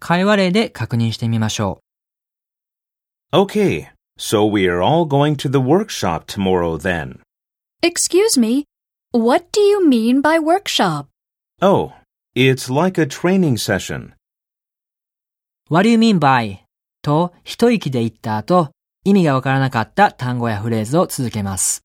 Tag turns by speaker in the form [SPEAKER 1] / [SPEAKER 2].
[SPEAKER 1] 会話例で確認してみましょ
[SPEAKER 2] Okay, so we are all going to the workshop tomorrow then.
[SPEAKER 3] Excuse me, what do you mean by workshop?
[SPEAKER 2] Oh, it's like a training session.
[SPEAKER 1] う。What do you mean by? と一息で言った後、意味がわからなかった単語やフレーズを続けます。